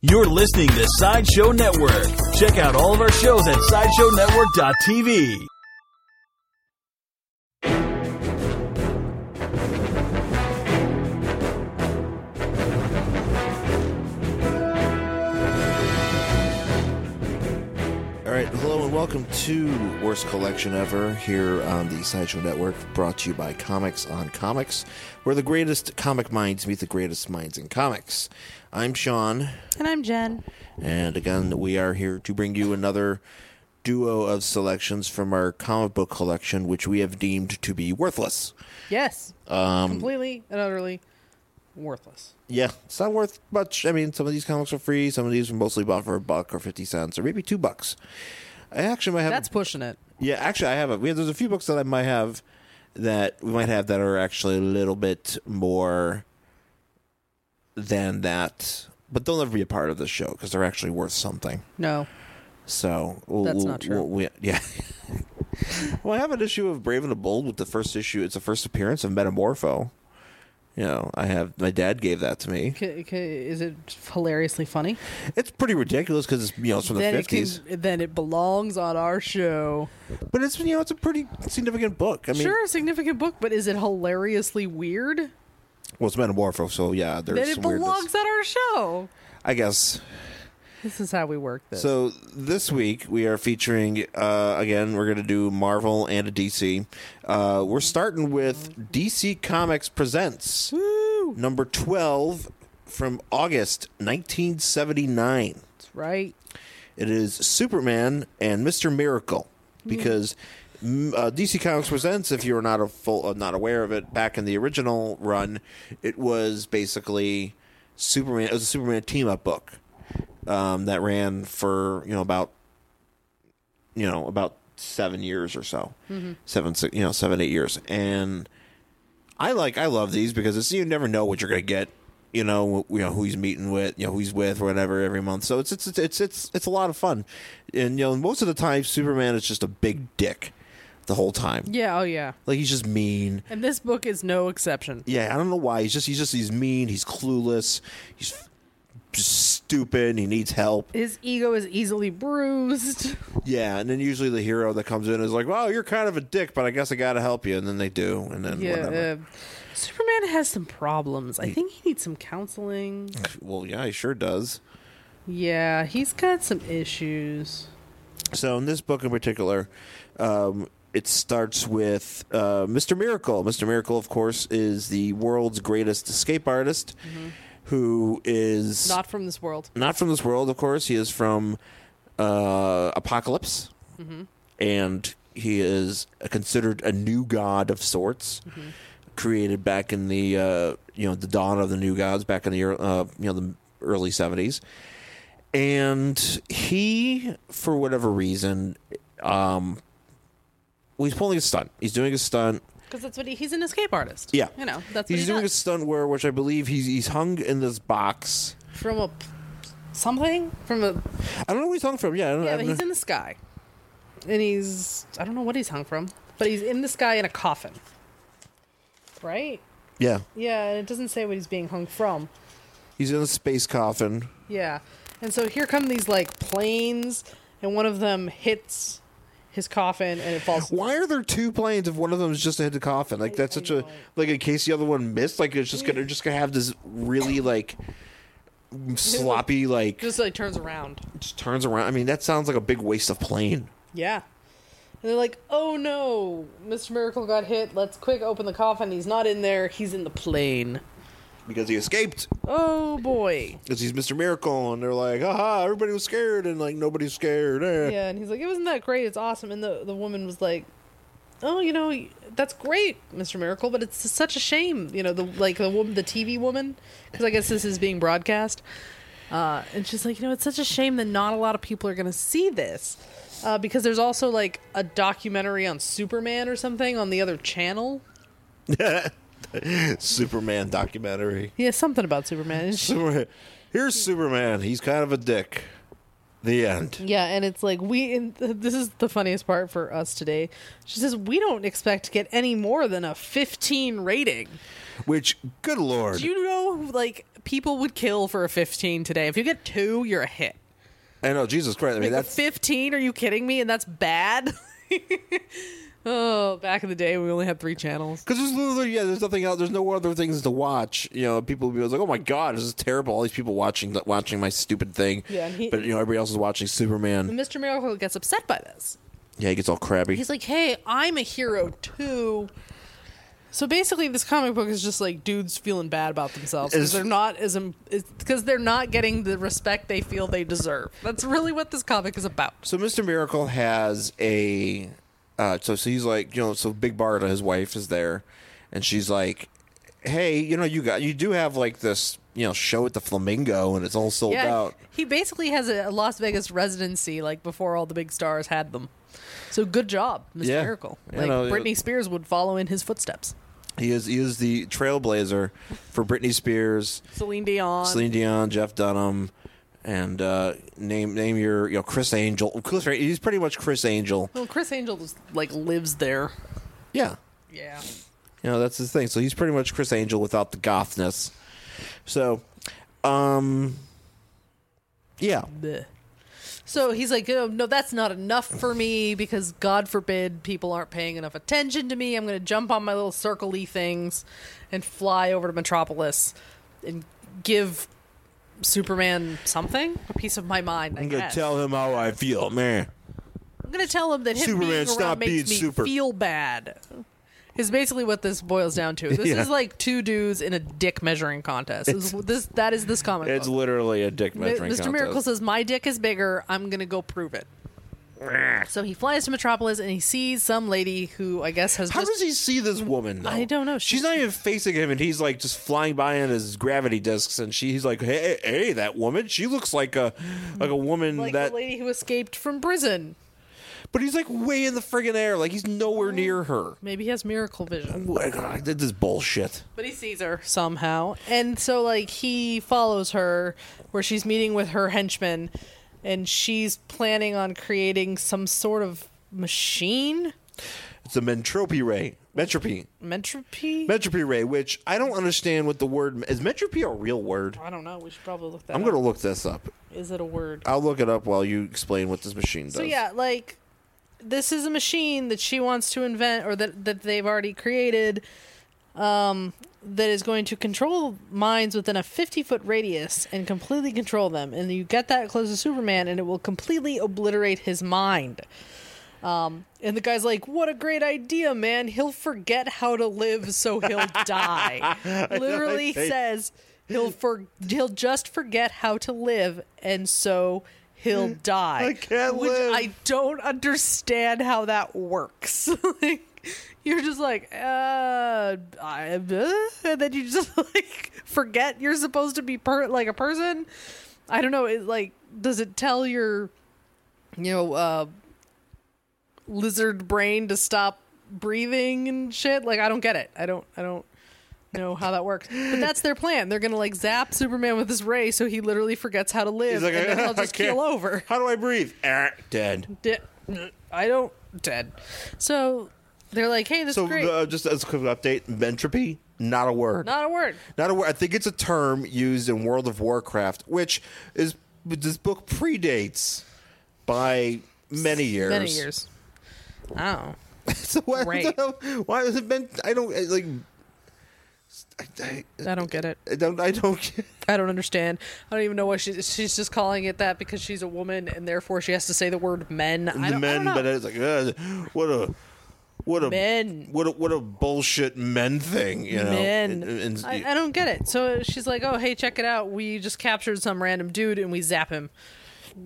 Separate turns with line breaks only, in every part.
You're listening to Sideshow Network. Check out all of our shows at SideshowNetwork.tv.
All right, hello and welcome to Worst Collection Ever here on the Sideshow Network, brought to you by Comics on Comics, where the greatest comic minds meet the greatest minds in comics. I'm Sean,
And I'm Jen.
and again, we are here to bring you another duo of selections from our comic book collection, which we have deemed to be worthless.
Yes.
Um,
Completely and utterly worthless.
Yeah, it's not worth much. I mean, some of these comics are free, some of these are mostly bought for a buck or 50 cents or maybe two bucks. I actually might have
That's pushing it.
Yeah, actually, I have a. Yeah, there's a few books that I might have that we might have that are actually a little bit more than that, but they'll never be a part of the show because they're actually worth something.
No.
So we'll-
That's
we'll-
not true.
we'll- we- yeah. well, I have an issue of Brave and the Bold with the first issue. It's the first appearance of Metamorpho. You know, I have my dad gave that to me.
C- c- is it hilariously funny?
It's pretty ridiculous because it's you know it's from the
then
fifties,
it can, then it belongs on our show.
but it's you know it's a pretty significant book. I mean,
sure, a significant book, but is it hilariously weird?
well, it's Metamorpho, so yeah, there's
Then it
some weirdness.
belongs on our show.
I guess
This is how we work this.
So this week we are featuring uh, again. We're going to do Marvel and a DC. Uh, we're starting with DC Comics presents number twelve from August nineteen seventy nine.
That's right.
It is Superman and Mister Miracle because. mm, Uh, DC Comics presents. If you're not a full, uh, not aware of it, back in the original run, it was basically Superman. It was a Superman team up book um, that ran for you know about you know about seven years or so, seven six, you know seven eight years, and I like I love these because it's you never know what you're gonna get, you know wh- you know who he's meeting with, you know who he's with or whatever every month, so it's it's it's it's it's, it's a lot of fun, and you know most of the time Superman is just a big dick the whole time,
Yeah, oh yeah.
like he's just mean.
And this book is no exception.
Yeah, I don't know why. He's just he's just he's mean. He's clueless. He's f- just stupid. He needs help.
His ego is easily bruised.
Yeah, and then usually the hero that comes in is like, "Well, you're kind of a dick, but I guess I got to help you." And then they do, and then
Yeah.
whatever.
Uh, Superman has some problems. I think he needs some counseling.
Well, yeah, he sure does.
Yeah, he's got some issues.
So in this book in particular, um, it starts with uh, Mr. Miracle. Mr. Miracle, of course, is the world's greatest escape artist, who is
Mm-hmm. Not from this world.
not from this world, of course. He is from uh, Apocalypse,
Mm-hmm.
and he is considered a new god of sorts,
Mm-hmm.
created back in the uh, you know the dawn of the new gods, back in the ear- uh, you know the early seventies. And he, for whatever reason, um, well, he's pulling a stunt. He's doing a stunt.
Because that's what he, he's an escape artist.
Yeah,
You know, that's
he's
what he
doing
does.
a stunt where, which I believe he's he's hung in this box.
From a p- something? From a.
I don't know where he's hung from. Yeah, I don't, I
Yeah, but
don't
he's
know.
in the sky. And he's. I don't know what he's hung from, but he's in the sky in a coffin. Right?
yeah.
Yeah, and it doesn't say what he's being hung from.
He's in a space coffin.
Yeah. And so here come these, like, planes, and one of them hits his coffin and it falls.
Why are there two planes if one of them is just to hit the coffin? Like that's such a like in case the other one missed, like it's just gonna just gonna have this really like sloppy like
Just, like, turns around.
just turns around. I mean that sounds like a big waste of plane.
Yeah. And they're like, oh no, Mr. Miracle got hit. Let's quick open the coffin. He's not in there. He's in the plane.
Because he escaped.
Oh boy.
Because he's Mr. Miracle and they're like, haha, everybody was scared and like nobody's scared. eh."
Yeah. And he's like, it wasn't that great. It's awesome. And the, the woman was like, oh, you know, that's great, Mr. Miracle, but it's such a shame. You know, the like the woman, the TV woman, because I guess this is being broadcast. Uh, and she's like, you know, it's such a shame that not a lot of people are going to see this. Uh, because there's also like a documentary on Superman or something on the other channel.
Superman documentary.
Yeah, something about Superman. And she-
Superman. Here's Superman. He's kind of a dick. The end.
Yeah, and it's like we. And th- this is the funniest part for us today. She says we don't expect to get any more than a 15 rating.
Which, good lord.
Do you know, like people would kill for a 15 today. If you get two, you're a hit.
I know, Jesus Christ. I mean,
Like,
that's
15? Are you kidding me? And that's bad? oh, back in the day, we only had three channels.
because there's literally yeah, there's nothing else. There's no other things to watch. You know, people would be like, oh my god, this is terrible. All these people watching watching my stupid thing.
Yeah, and he-
but you know, everybody else is watching Superman.
Mr. Miracle gets upset by this.
Yeah, he gets all crabby.
He's like, hey, I'm a hero too. So basically, this comic book is just like dudes feeling bad about themselves because
Is-
they're not as because they're not getting the respect they feel they deserve. That's really what this comic is about.
So Mr. Miracle has a uh, so so he's like you know so Big Barda his wife is there, and she's like, hey you know you got you do have like this you know show at the Flamingo and it's all sold out.
he basically has a Las Vegas residency like before all the big stars had them. So good job, Mr.
Yeah.
Miracle.
You
Like
know,
Britney Spears would follow in his footsteps.
He is he is the trailblazer for Britney Spears,
Celine Dion.
Celine Dion, Jeff Dunham, and uh, name name your you know Chris Angel. Chris, he's pretty much Chris Angel.
Well, Chris Angel just like lives there.
Yeah,
Yeah.
You know, that's his thing. So he's pretty much Chris Angel without the gothness. So, um, yeah.
Bleh. So he's like, oh, no, that's not enough for me because God forbid people aren't paying enough attention to me. I'm going to jump on my little circle-y things and fly over to Metropolis and give Superman something, a piece of my mind. I
I'm going
guess.
to tell him how I feel, man.
I'm going to tell him that him
Superman,
being
stop
around makes
being
me
super.
feel bad. Is basically what this boils down to. This
Yeah.
is like two dudes in a dick measuring contest. Is this that is this comic
It's
book.
literally a dick
Mi-
measuring
Mr.
contest.
Miracle says, "My dick is bigger. I'm gonna go prove it." so he flies to Metropolis and he sees some lady who I guess has
How
just
does he see this woman? though?
I don't know.
She's
She-
not even facing him, and he's like just flying by on his gravity discs. And she, he's like, "Hey, hey, that woman! She looks like a like a woman
like
that."
the lady who escaped from prison.
But he's like way in the friggin' air, like he's nowhere near her.
Maybe he has miracle vision,
This is bullshit.
but he sees her somehow, and so like he follows her where she's meeting with her henchmen, and she's planning on creating some sort of machine
It's a mentropy ray. Mentropy.
mentropy.
Metropy ray, which I don't understand what the word is. Metropy a real word?
I don't know. We should probably look that.
I'm
up.
gonna look this up.
Is it a word?
I'll look it up while you explain what this machine does.
So yeah, like this is a machine that she wants to invent or that that they've already created um that is going to control minds within a 50 foot radius and completely control them and you get that close to superman and it will completely obliterate his mind um, and the guy's like what a great idea man he'll forget how to live so he'll die literally
they-
says he'll for he'll just forget how to live and so he'll die
I can't
which
live.
I don't understand how that works. like, you're just like, uh, I, uh, and then you just like forget you're supposed to be per- like a person. I don't know. It like does it tell your, you know, uh, lizard brain to stop breathing and shit? Like I don't get it. I don't. I don't know how that works. But that's their plan. They're gonna like zap Superman with this ray so he literally forgets how to live,
like,
and then
"I
he'll just
can't."
keel over.
How do I breathe? Ah, dead.
Di- I don't dead. So they're like, hey, this
So
is great.
uh, just as a quick update, mentropy not a word.
Not a word.
Not a word. I think it's a term used in World of Warcraft, which is this book predates by many years.
Many years. Oh.
so why,
Right.
why is it meant? I don't I, like. I,
I don't get it.
I don't. I don't.
I don't understand. I don't even know why she's she's just calling it that because she's a woman and therefore she has to say the word men. I
the
don't,
men,
I don't
but
know.
it's like uh, what a what a
Men.
what a what a bullshit men thing, you know.
men.
And- and-
I, I don't get it. So she's like, "Oh, hey, check it out. We just captured some random dude and we zap him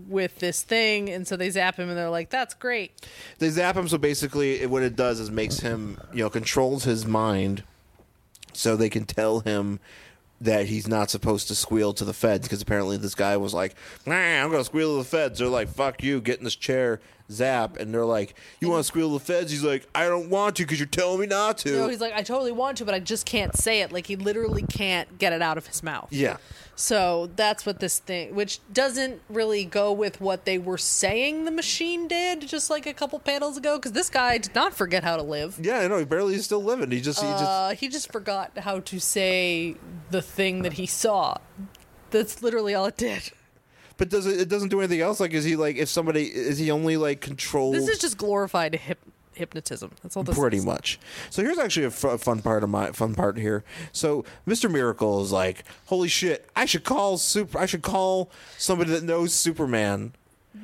with this thing." And so they zap him and they're like, "That's great."
they zap him, so basically, it, what it does is makes him, you know, controls his mind, so they can tell him that he's not supposed to squeal to the feds because apparently this guy was like, nah, I'm gonna squeal to the feds. They're like, fuck you, get in this chair. Zap, and they're like, "You want to squeal the feds?" He's like, "I don't want to because you're telling me not to."
No, he's like, I totally want to, but I just can't say it. Like he literally can't get it out of his mouth.
yeah,
So that's what this thing, which doesn't really go with what they were saying the machine did just like a couple panels ago, because this guy did not forget how to live.
yeah, I know. He barely is still living. He just, he just,
Uh, he just forgot how to say the thing that he saw. That's literally all it did.
but does it, it doesn't do anything else? Like, is he like, if somebody, is he only like controlled?
This is just glorified hyp- hypnotism. That's all this
pretty
is.
much. So here's actually a fu- a fun part of my fun part here. So Mr. Miracle is like, "Holy shit! I should call super. I should call somebody that knows Superman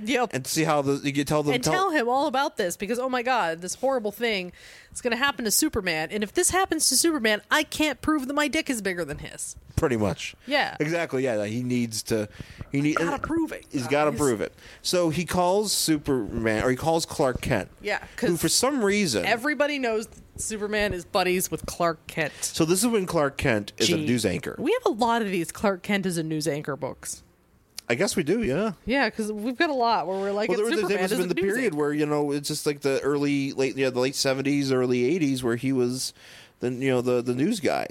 Yep.
and see how the you can tell them
and tell him all about this because oh my god this horrible thing is going to happen to superman and if this happens to superman i can't prove that my dick is bigger than his
pretty much.
Yeah.
exactly. Yeah, that he needs to. He need,
gotta
and-
prove it,
He's got to
guys.
prove it. So he calls Superman or he calls Clark Kent.
Yeah, 'cause
who for some reason
everybody knows that superman is buddies with clark kent
So this is when Clark Kent is a
Gee.
news anchor.
we have a lot of these clark kent is a news anchor books
I guess we do. Yeah.
yeah because we've got a lot where we're like
Well,
it's
there was there
superman
must have
is
been
a
the
news
period
anchor.
where you know it's just like the early late yeah the late seventies early eighties where he was the you know the the news guy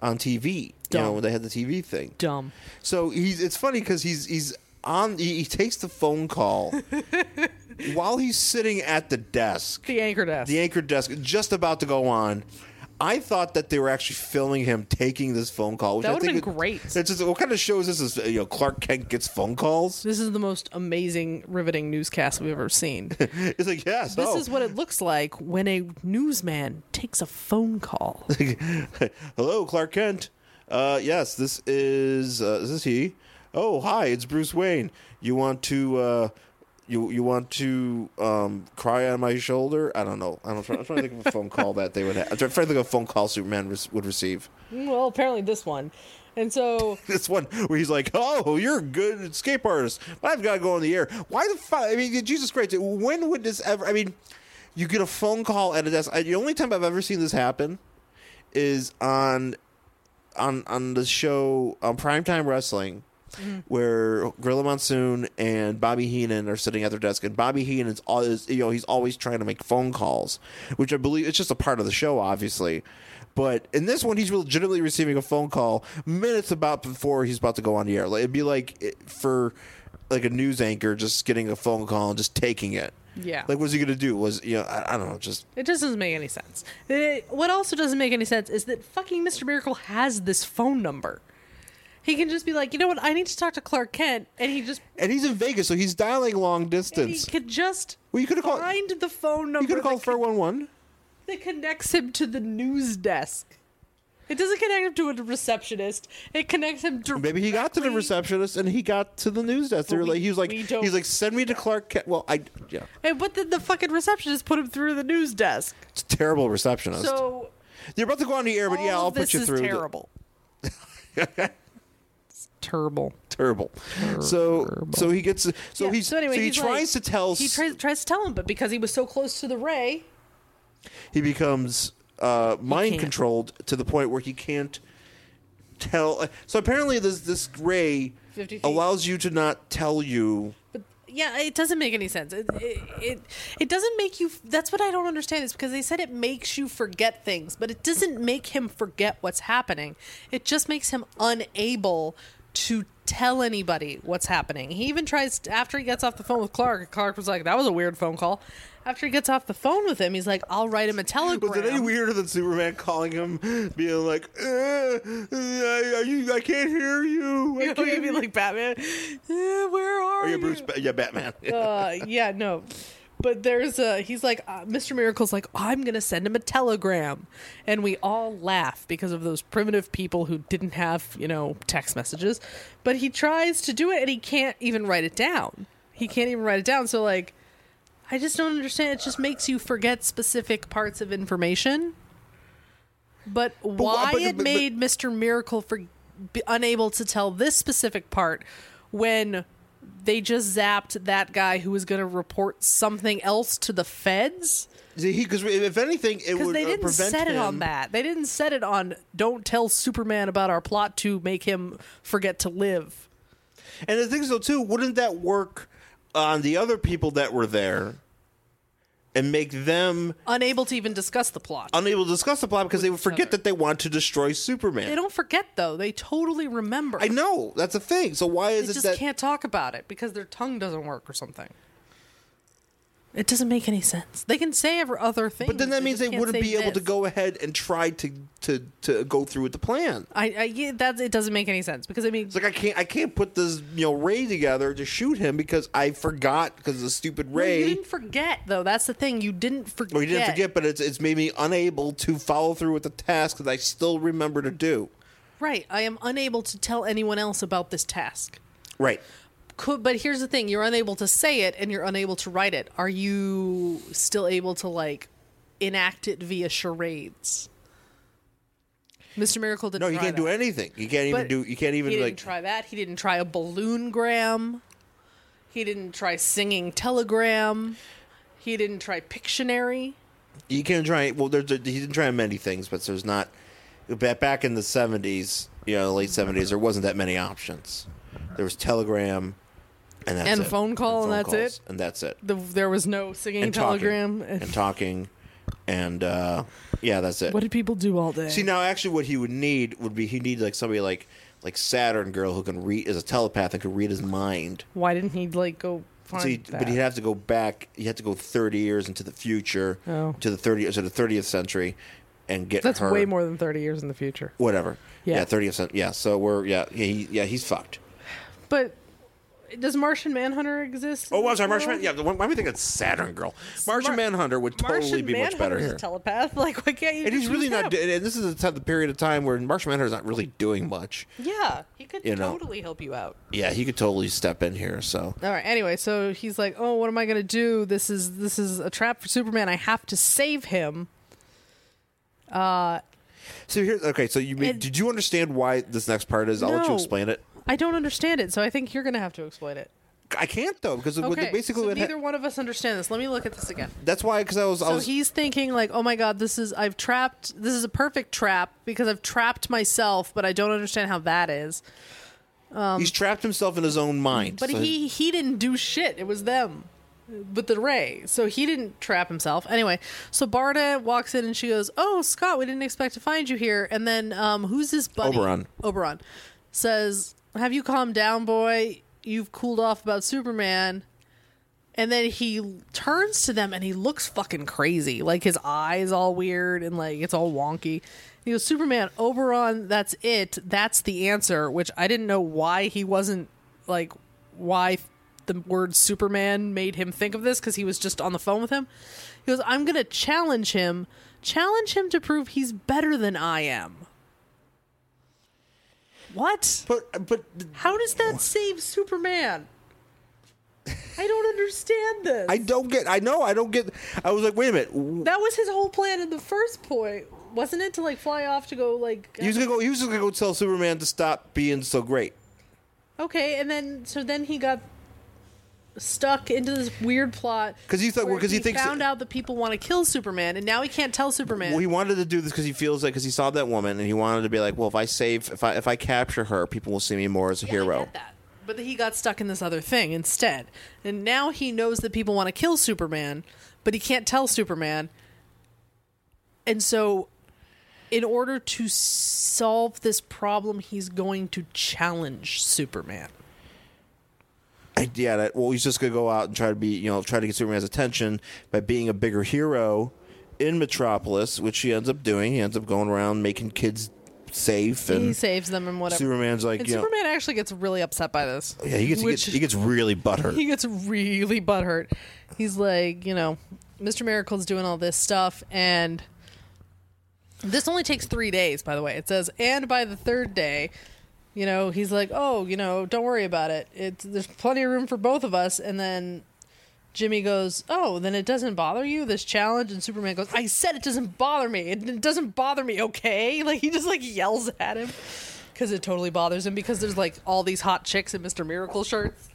on TV.
Dumb.
You know when they had the TV thing.
dumb
So he's it's funny because he's he's on he, he takes the phone call while he's sitting at the desk
the anchor desk
the anchor desk just about to go on. I thought that they were actually filming him taking this phone call. Which I
That would've
think
been
it-
great.
It's just what kind of shows this is. You know, Clark Kent gets phone calls.
this is the most amazing riveting newscast we've ever seen
It's like yes,
this
oh.
is what it looks like when a newsman takes a phone call
Hello, Clark Kent. Uh, yes, this is uh, is this he? Oh, hi, it's Bruce Wayne. You want to uh, you you want to um, cry on my shoulder? I don't know. I don't. I'm trying to think of a phone call that they would have. I'm trying to think of a phone call Superman re- would receive.
Well, apparently this one. And so
This one where he's like, "Oh, you're a good escape artist, but I've got to go on the air." Why the fuck? I mean, Jesus Christ! When would this ever? I mean, you get a phone call at a desk. I, the only time I've ever seen this happen is on on on the show on Primetime Wrestling,
Mm-hmm.
where Gorilla Monsoon and Bobby Heenan are sitting at their desk, and Bobby Heenan's all is you know he's always trying to make phone calls, which I believe it's just a part of the show, obviously. But in this one, he's legitimately receiving a phone call minutes about before he's about to go on the air. Like, it'd be like it- for like a news anchor just getting a phone call and just taking it.
Yeah.
Like, what's he gonna do? Was you know I, I don't know just.
it just doesn't make any sense. It- what also doesn't make any sense is that fucking Mr. Miracle has this phone number. He can just be like, you know what? I need to talk to Clark Kent, and he just
And he's in Vegas, so he's dialing long
and he
distance.
could just
Well, you could've called-
find the phone
You
number
could have
that,
called four one one.
con- that connects him to the news desk. It doesn't connect him to a receptionist. It connects him directly.
Maybe he got to the receptionist and he got to the news desk. They were
Well,
like,
we-
he was like,
we don't-
he's like, send me to Clark Kent. Well, I yeah,
And, but then the fucking receptionist put him through the news desk.
it's a terrible receptionist.
So
You're about to go on the air, but yeah,
all
I'll
of this
put you
is
through. the-
Terrible. it's terrible.
terrible. So so he gets so
Yeah,
he's so, he
he's
tries
like-
to tell
He
s-
tries, tries to tell him, but because he was so close to the ray,
he becomes uh, mind
can't.
controlled to the point where he can't tell. So apparently this this ray
50 feet.
allows you to not tell you.
but yeah, it doesn't make any sense. It it, it it doesn't make you. That's what I don't understand is because they said it makes you forget things, but it doesn't make him forget what's happening. It just makes him unable to tell anybody what's happening. He even tries to- after he gets off the phone with Clark. Clark was like, "That was a weird phone call." After he gets off the phone with him, he's like, "I'll write him a telegram."
Was it any weirder than Superman calling him, being like, uh, uh, "Are you? I can't hear you. I
You know,
can't
he'd be like Batman. "Eh, where are
Are
you?
you Bruce? Ba- yeah, Batman.
uh, yeah, no. But there's a he's like uh, Mr. Miracle's like I'm gonna send him a telegram, and we all laugh because of those primitive people who didn't have you know text messages. But he tries to do it and he can't even write it down. He can't even write it down. So like, I just don't understand. It just makes you forget specific parts of information. But why
but- but-
it
but-
made Mr. Miracle for be unable to tell this specific part when they just zapped that guy who was going to report something else to the feds
Because if anything, it
because
would
they
uh,
didn't
prevent
set it on
him-
that. They didn't set it on don't tell Superman about our plot to make him forget to live.
And the thing is, though, too, wouldn't that work on the other people that were there and make them
Unable to even discuss the plot.
unable to discuss the plot because they would forget that they want to destroy Superman.
they don't forget though. They totally remember.
I know that's a thing. So why
They
is it
just
that
can't talk about it because their tongue doesn't work or something. It doesn't make any sense. They can say ever other things.
But then that means
just
they
can't
wouldn't
say
be able to
this.
go ahead and try to to to go through with the plan.
I, I yeah, that it doesn't make any sense because I mean,
It's like I can't I can't put this you know Ray together to shoot him because I forgot because the stupid
Well,
Ray.
You didn't forget though. That's the thing. You didn't forget.
Well, you didn't forget, but it's it's made me unable to follow through with the task that I still remember to do.
Right. I am unable to tell anyone else about this task.
Right.
Could, but here's the thing: you're unable to say it, and you're unable to write it. Are you still able to like enact it via charades? Mr. Miracle didn't.
No, you
try
can't do
that.
anything. You can't even
But
do. You can't even
He didn't
like.
try that. He didn't try a balloon gram. He didn't try singing telegram. He didn't try Pictionary.
You can't try. Well, there's there, he didn't try many things, but there's not. ba- Back in the seventies, you know, late seventies, there wasn't that many options. There was telegram, and that's
And
it.
phone call, and that's it?
and that's it.
The, there was no singing
and
telegram.
talking, and, talking, and uh, yeah, that's it.
What did people do all day?
See, now actually, what he would need would be he need like somebody like like Saturn girl who can read is a telepath and can read his mind.
Why didn't he like go find
So he,
that?
but he'd have to go back. He had to go thirty years into the future,
Oh.
to the thirty to the thirtieth century, and get
That's
her-
way more than thirty years in the future.
Whatever.
Yeah.
Yeah, thirtieth century. Yeah. So we're yeah yeah, he, yeah he's fucked.
But does Martian Manhunter exist?
Oh, was I Martian Man? Yeah. Why why am I thinking it's Saturn girl? Martian
Mar-
Manhunter would totally be much better here.
telepath. Like, why can't you?
and he's
just
really
use
not.
him?
And this is the time- the period of time where Martian Manhunter's not really doing much.
yeah, he could
You know.
totally help you out.
Yeah, he could totally step in here. So
All right. Anyway, so he's like, "Oh, what am I going to do? This is this is a trap for Superman. I have to save him."
so here. Okay. So you mean,
It-
did you understand why this next part is? I'll let you
No.
explain it.
I don't understand it, so I think you're going to have to explain it.
I can't though because what
Okay.
they basically
so
what ha- Oh,
neither one of us understand this. Let me look at this again.
that's why because I was I
So
was
he's thinking like, "Oh my god, this is I've trapped. This is a perfect trap because I've trapped myself, but I don't understand how that is."
he's trapped himself in his own mind.
But
so-
he he didn't do shit. It was them with the Ray. So he didn't trap himself. Anyway, so Barda walks in and she goes, "Oh, Scott, we didn't expect to find you here." And then um, who's this buddy?
Oberon.
Oberon says, "Have you calmed down, boy? You've cooled off about Superman." And then he turns to them and he looks fucking crazy. Like his eyes all weird and like it's all wonky. He goes, Superman, Oberon, that's it. That's the answer, which I didn't know why he wasn't like why the word Superman made him think of this because he was just on the phone with him. He goes, I'm going to challenge him, challenge him to prove he's better than I am. What?
but but
How does that save Superman? I don't understand this.
I don't get. I know I don't get. I was like, wait a minute.
that was his whole plan in the first point, wasn't it? To like fly off to go like
He was gonna go. He was just gonna go tell Superman to stop being so great.
okay, and then so then he got stuck into this weird plot
'Cause he thought-
where
'cause he thinks-
found out that people want to kill Superman, and now he can't tell Superman.
Well, he wanted to do this because he feels like because he saw that woman and he wanted to be like, well, if I save, if I if I capture her, people will see me more as a
Yeah, I
hero.
get that. But he got stuck in this other thing instead, and now he knows that people want to kill Superman, but he can't tell Superman. And so, in order to solve this problem, he's going to challenge Superman.
I, yeah, that, well, he's just gonna go out and try to be, you know, try to get Superman's attention by being a bigger hero in Metropolis, which he ends up doing. He ends up going around making kids safe,
he
and
saves them and whatever.
Superman's like,
and
you know-
Superman actually gets really upset by this.
yeah, he gets, he
which-
gets he gets really butthurt.
he gets really butthurt. He's like, you know, Mr. Miracle's doing all this stuff, and this only takes three days, by the way. It says, and by the third day, you know, he's like, oh, you know, don't worry about it. It's there's plenty of room for both of us, and then. Jimmy goes, Oh, then it doesn't bother you, this challenge? And Superman goes, I said it doesn't bother me. It, it doesn't bother me, okay? Like, he just, like, yells at him because it totally bothers him because there's, like, all these hot chicks in Mr. Miracle shirts.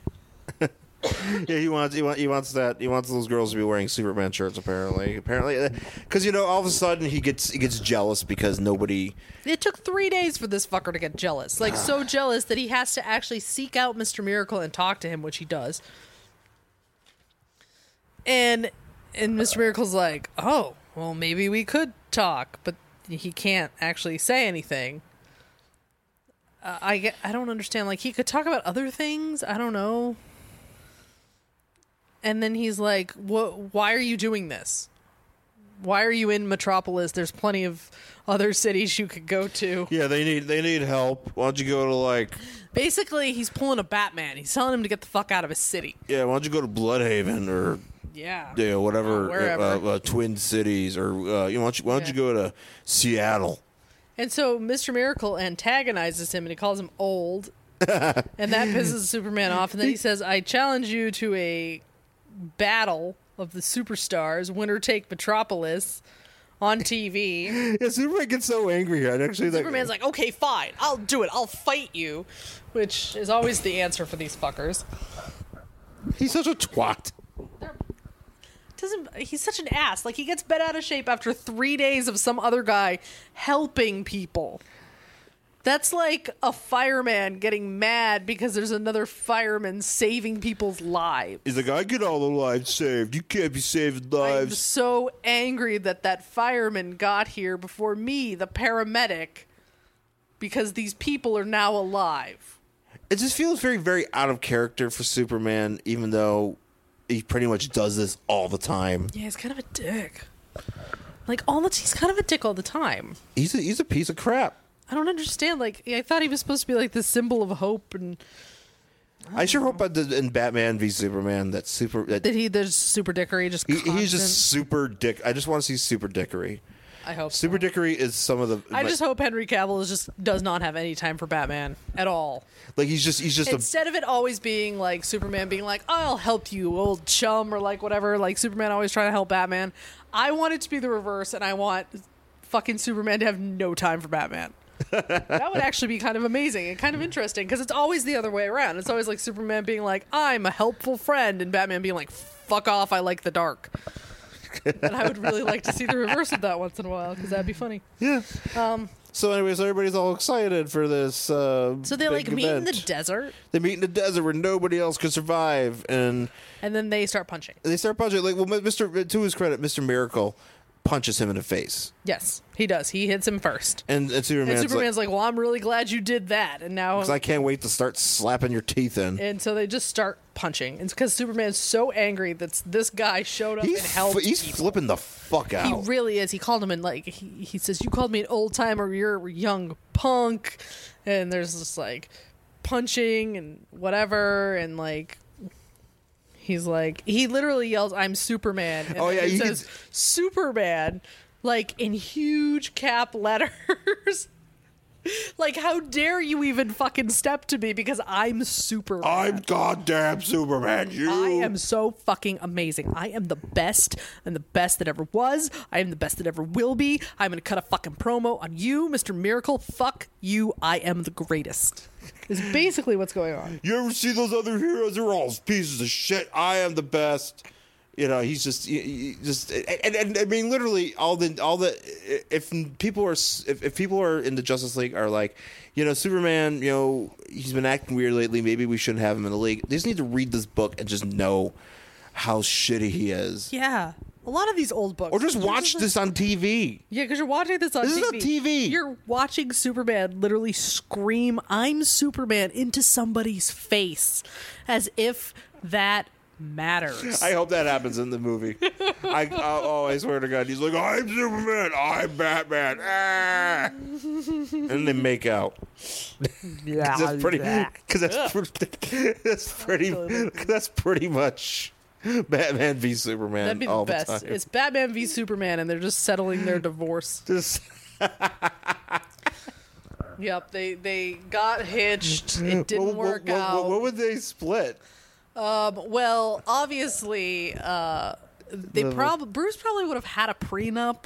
Yeah, he wants he, want, he wants that he wants those girls to be wearing Superman shirts. Apparently, apparently, because you know, all of a sudden he gets he gets jealous because nobody.
It took three days for this fucker to get jealous. Like, so jealous that he has to actually seek out Mr. Miracle and talk to him, which he does. and and Mr. Miracle's like, oh, well, maybe we could talk, but he can't actually say anything. Uh, I ge- I don't understand. Like he could talk about other things. I don't know. And then he's like, "What? Why are you doing this? Why are you in Metropolis? There's plenty of other cities you could go to."
Yeah, they need they need help. Why don't you go to like
Basically, he's pulling a Batman. He's telling him to get the fuck out of his city.
yeah? Why don't you go to Bloodhaven or
Yeah.
you know, whatever uh,
Wherever.
uh, Twin Cities or uh, you know, why don't you, why don't you go
Yeah.
to Seattle?
And so Mr. Miracle antagonizes him and he calls him old. and that pisses Superman off. And then he says, I challenge you to a battle of the superstars, winner take Metropolis on TV.
Yeah, Superman gets so angry here. I'd actually
Superman's like, okay, fine. I'll do it. I'll fight you. Which is always the answer for these fuckers.
he's such a twat.
doesn't he's such an ass like he gets bent out of shape after three days of some other guy helping people that's like a fireman getting mad because there's another fireman saving people's lives
He's like, I get all the lives saved. You can't be saving
i'm
lives.
so angry that that fireman got here before me the paramedic because these people are now alive
It just feels very, very out of character for Superman, even though he pretty much does this all the time.
yeah he's kind of a dick like all the he's kind of a dick all the time
He's a, he's a piece of crap.
i don't understand like i thought he was supposed to be like the symbol of hope and
I sure hope I did in Batman v Superman that super that
Did he there's super dickery just
he,
constant?
he's just super dick. I just want to see super dickery.
I hope
Super dickery is some of the
I
like,
just hope Henry Cavill is just does not have any time for Batman at all.
like he's just he's just a
Instead of it always being like Superman being like, "I'll help you, old chum," or like whatever, like Superman always trying to help Batman. I want it to be the reverse, and I want fucking Superman to have no time for Batman. that would actually be kind of amazing and kind of interesting because it's always the other way around. It's always like Superman being like, "I'm a helpful friend," and Batman being like, "Fuck off, I like the dark." and I would really like to see the reverse of that once in a while because that'd be funny.
yeah.
Um,
So, anyways, everybody's all excited for this. Uh,
so they like
big
meet in the
event.
desert,
they meet in the desert where nobody else could survive, and
and then they start punching.
they start punching. Like, well, Mister to his credit, Mister Miracle punches him in the face,
Yes, he does. He hits him first.
and, and Superman's,
And
like,
Superman's like, "Well, I'm really glad you did that." And now,
'Cause I can't wait to start slapping your teeth in.
and so they just start punching. It's because Superman's so angry that this guy showed up
He's
and
f-
helped.
he's
people.
flipping the fuck
he
out.
really is. He called him and like he, he says, "You called me an old timer. You're a young punk." And there's this like punching and whatever, and like he's like he literally yells, "I'm Superman!" And
Oh,
then
yeah,
he
you
says Superman like in huge cap letters. like, how dare you even fucking step to me because I'm Superman.
I'm goddamn Superman. You.
I am so fucking amazing. I am the best and the best that ever was. I am the best that ever will be. I'm gonna cut a fucking promo on you, Mr. Miracle. Fuck you. I am the greatest. Is basically what's going on.
You ever see those other heroes? They're all pieces of shit. I am the best. You know, he's just, he- he just, and, and I mean, literally, all the, all the, if people are, if, if people are in the Justice League are like, you know, Superman, you know, he's been acting weird lately. Maybe we shouldn't have him in the league. They just need to read this book and just know how shitty he is,
Yeah, a lot of these old books.
or just watch this on TV.
Yeah, because you're watching this on
This is
TV.
on TV.
You're watching Superman literally scream, I'm Superman, into somebody's face as if that matters.
I hope that happens in the movie. I, I oh, I swear to God, he's like, I'm Superman, I'm Batman, ah! and they make out.
yeah,
That's pretty. Because that's pretty. That's pretty. That's pretty much Batman v Superman.
That'd be the
all
best.
The time.
It's Batman v Superman, and they're just settling their divorce.
Just-
Yep, they they got hitched. It didn't
what, what-
work
what-
out.
What, would they split?
well, obviously, uh, they probably Bruce probably would have had a prenup,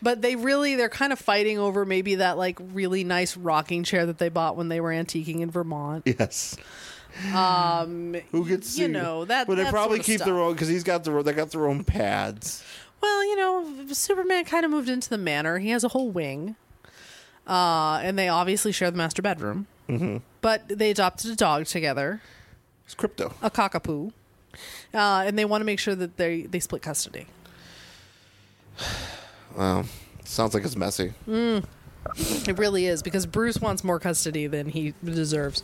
but they really they're kind of fighting over maybe that like really nice rocking chair that they bought when they were antiquing in Vermont.
Yes. Um. Who gets
you
sued?
know, that-
But they
that
probably
sort of
keep
stuff.
their own because he's got their they got their own pads.
Well, you know, Superman kind of moved into the manor. He has a whole wing, uh, and they obviously share the master bedroom. Mm-hmm. But they adopted a dog together,
It's crypto.
a cockapoo. uh, and they want to make sure that they they split custody.
Wow. Sounds like it's messy.
It really is because Bruce wants more custody than he deserves.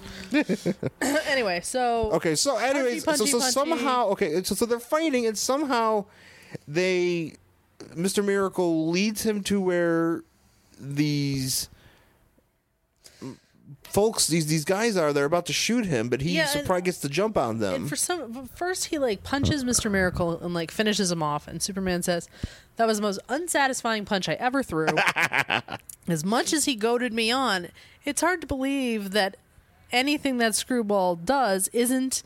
anyway, so
Okay, so anyways,
punchy,
so, so
punchy.
somehow okay, so, so they're fighting and somehow they Mr. Miracle leads him to where these folks these these guys are they're about to shoot him but he
Yeah, and-
surprise gets the jump on them
And for some, but first he like punches Mr. Miracle and like finishes him off, and Superman says, "That was the most unsatisfying punch I ever threw." as much as he goaded me on, it's hard to believe that anything that Screwball does isn't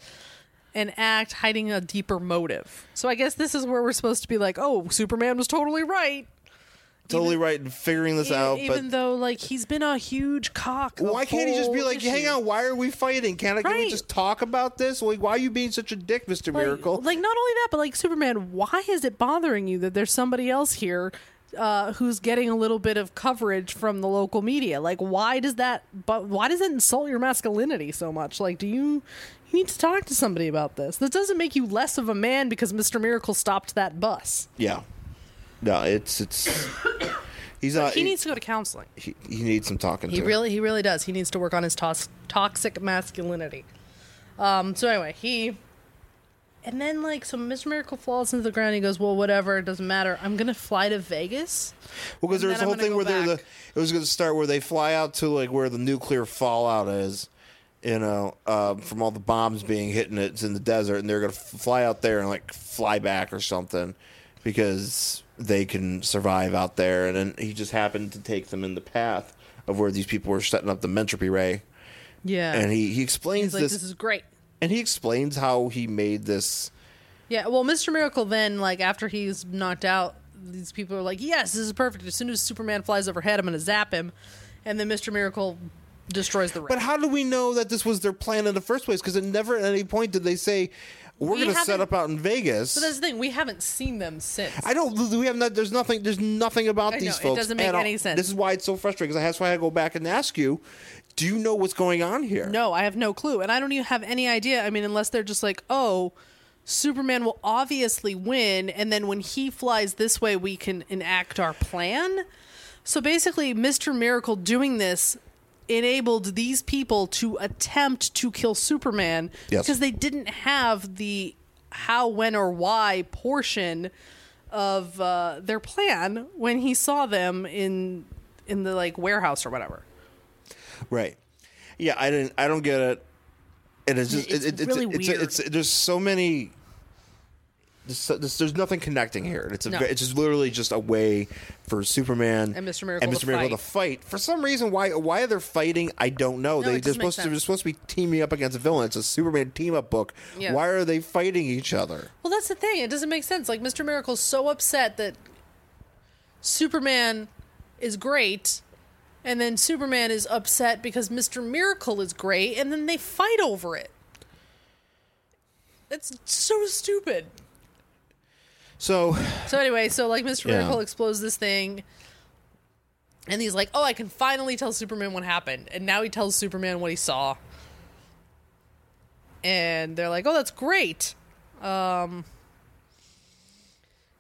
an act hiding a deeper motive. So I guess this is where we're supposed to be like, "Oh, Superman was totally right,"
totally right in figuring this
e-
out
even
but
though like he's been a huge cock. the
why can't he just be
whole
like hang
issue."
on why are we fighting can't I, can we
Right.
just talk about this like why are you being such a dick mr
Like-
miracle
Like, not only that, but like Superman, why is it bothering you that there's somebody else here uh, who's getting a little bit of coverage from the local media? Like, why does that? But why does it insult your masculinity so much? Like, do you? You need to talk to somebody about this. This doesn't make you less of a man because Mr. Miracle stopped that bus.
yeah no it's it's he's not
He needs to go to counseling.
he, he needs some talking
He
to
really, he really does. He needs to work on his tos- toxic masculinity. Um. So anyway, he, and then like, so Mr. Miracle falls into the ground. And he goes, "Well, whatever, it doesn't matter. I'm gonna fly to Vegas."
Well, because there was
And
a
then
whole
I'm gonna
thing
go
where they're the,
back.
it was going to start where they fly out to like where the nuclear fallout is, you know, uh, from all the bombs being hit and it's in the desert, and they're going to fly out there and like fly back or something because they can survive out there. And then he just happened to take them in the path of where these people were setting up the mentropy ray,
Yeah.
and he he
he's
explains
like,
this,
this. is great."
and he explains how he made this.
Yeah. Well, Mr. Miracle then, like, after he's knocked out, these people are like, "Yes, this is perfect." As soon as Superman flies overhead, I'm gonna zap him, and then Mr. Miracle destroys the.
But how do we know that this was their plan in the first place? Because it never at any point did they say. We're
We
going to set
haven't-
up out in Vegas.
But that's the thing. We haven't seen them since.
I don't. We have not. There's nothing. There's nothing about
I
these
know, it
folks.
doesn't make
at all.
any sense.
This is why it's so frustrating. Because that's why I go back and ask you, do you know what's going on here?
No, I have no clue. And I don't even have any idea. I mean, unless they're just like, oh, Superman will obviously win. And then when he flies this way, we can enact our plan. So basically, Mr. Miracle doing this enabled these people to attempt to kill Superman
Yes.
because they didn't have the how, when, or why portion of uh, their plan when he saw them in in the like warehouse or whatever.
Right. Yeah. I didn't. I don't get it. And it's just.
It's
it, it,
really
it's, it's,
weird.
It's, There's so many. There's, so- there's, there's nothing connecting here. It's a,
No.
ve- it's just literally just a way for Superman
And Mr. Miracle
and Mr.
to
Miracle
fight.
to fight. For some reason, why why they're fighting, I don't know.
No,
they,
it
they're
doesn't make
supposed to they're
sense.
supposed to be teaming up against a villain. It's a Superman team up book.
Yeah.
Why are they fighting each other?
Well, that's the thing. It doesn't make sense. Like Mr. Miracle's so upset that Superman is great, and then Superman is upset because Mr. Miracle is great, and then they fight over it. That's so stupid.
So
So anyway, so like Mr.
Yeah.
Miracle explodes this thing, and he's like, "Oh, I can finally tell Superman what happened," and now he tells Superman what he saw, and they're like, "Oh, that's great." Um,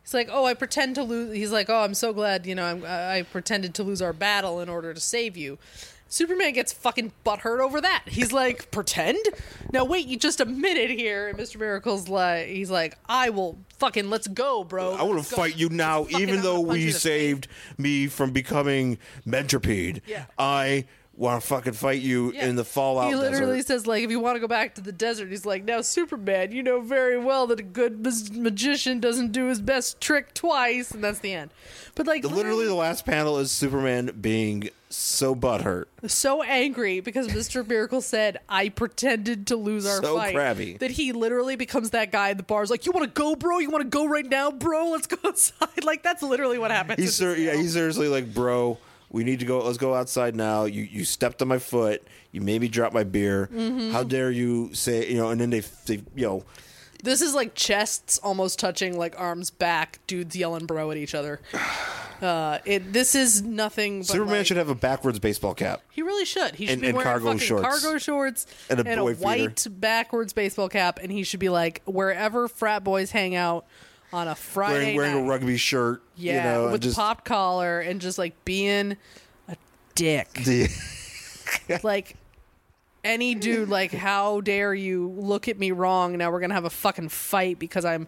he's like, "Oh, I pretend to lose." He's like, "Oh, I'm so glad, you know, I'm, I I pretended to lose our battle in order to save you." Superman gets fucking butthurt over that. He's like, pretend? Now wait, you just a minute here. And Mr. Miracle's like, he's like, I will fucking let's go, bro.
I want
Let's
to
go."
fight you now,
fucking-
even
I'm
though
gonna punch you
we
in the
saved me from becoming Mentropede.
Yeah.
I want to fucking fight you
Yeah.
in the Fallout
He literally
desert.
says, like, if you want to go back to the desert, he's like, now Superman, you know very well that a good mas- magician doesn't do his best trick twice, and that's the end. But like,
Literally, the last panel is Superman being so butthurt.
so angry because Mr. Miracle said, I pretended to lose our
So
fight.
crabby.
That he literally becomes that guy in the bar's like, You wanna go, bro? You wanna go right now, bro? Let's go outside. Like that's literally what happens.
He's
in
ser-
this
yeah,
film.
he's seriously like, bro, we need to go. Let's go outside now. You you stepped on my foot. You made me drop my beer.
Mm-hmm.
How dare you say you know? And then they they you know
This is like chests almost touching, like arms back, dudes yelling bro at each other. Uh, it this is nothing. But
Superman
like-
should have a backwards baseball cap.
He really should. He should
And-
be
and
wearing
cargo
fucking
shorts.
cargo shorts
And
and
a
a,
boy beater.
white backwards baseball cap, and he should be like wherever frat boys hang out on a Friday
Wearing, wearing a
night.
rugby shirt.
yeah,
you know, and
with
just
pop collar and just like being a dick.
the-
like any dude, like how dare you look at me wrong? Now we're gonna have a fucking fight because I'm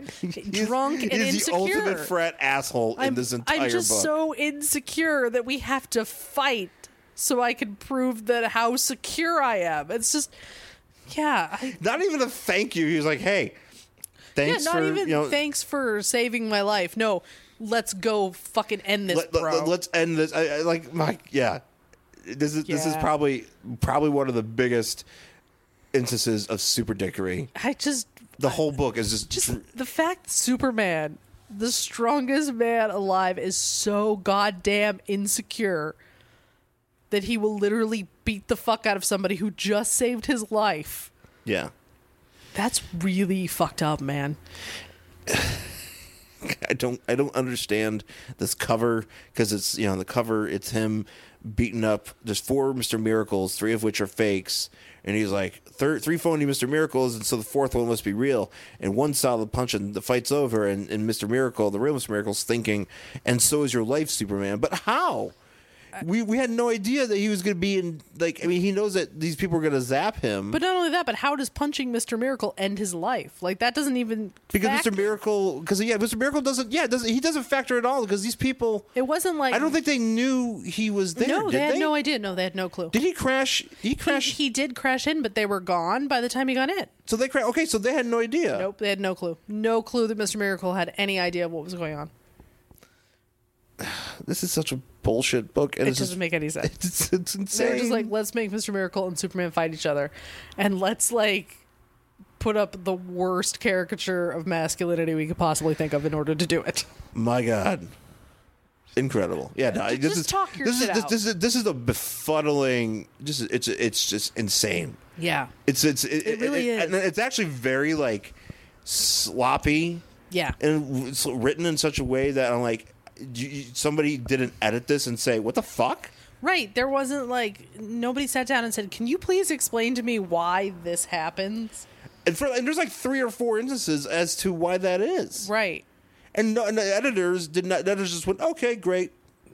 drunk and
he's the
insecure.
ultimate frat asshole in this entire
I'm just
book.
so insecure that we have to fight so I can prove that how secure I am. It's just, yeah, I,
Not even a thank you. He was like, "Hey,
yeah.
thanks
Not
for
even
you know,
thanks for saving my life. No, let's go fucking end this,
let,
bro.
us end this. I, I, like Mike, yeah. This is this is
Yeah.
probably probably one of the biggest instances of super dickery.
I just,
The whole book is just,
just the fact that Superman, the strongest man alive, is so goddamn insecure that he will literally beat the fuck out of somebody who just saved his life.
yeah.
That's really fucked up, man.
I don't I don't understand this cover because it's you know the cover it's him beating up there's four Mr. Miracles three of which are fakes and he's like thir- three phony Mr. Miracles and so the fourth one must be real and one solid punch and the fight's over and, and Mr. Miracle the real Mr. Miracle's thinking and so is your life Superman but how we we had no idea that he was going to be in like I mean he knows that these people are going to zap him
But not only that, but how does punching Mr. Miracle end his life? Like that doesn't even
because
fact-
Mr. Miracle because yeah Mr. Miracle doesn't yeah doesn't he doesn't factor at all because these people
It wasn't like
I don't think they knew he was there.
no,
did
they had
they?
no idea. No, they had no clue.
Did he crash? He
he,
crashed.
he did crash in, but they were gone by the time he got in.
so they crashed. Okay, so they had no idea.
Nope, they had no clue. No clue that Mr. Miracle had any idea what was going on.
This is such a bullshit book, and
It
it's
doesn't
just,
make any sense.
it's, it's insane.
They were just like, let's make Mr. Miracle and Superman fight each other, and let's like put up the worst caricature of masculinity we could possibly think of in order to do it.
my god, incredible. Yeah, no,
Just-
this
just
is
talk your
this
shit
is this,
out.
this is this is a befuddling. Just it's it's just insane.
Yeah,
It's it's it,
really
is.
is.
And it's actually very like sloppy.
yeah.
and it's written in such a way that I'm like, you, you- somebody didn't edit this and say, "What the fuck."
Right. There wasn't like nobody sat down and said, "Can you please explain to me why this happens?"
And, for, and there's like three or four instances as to why that is.
Right.
And, no, and the editors did not. The editors just went, okay, great.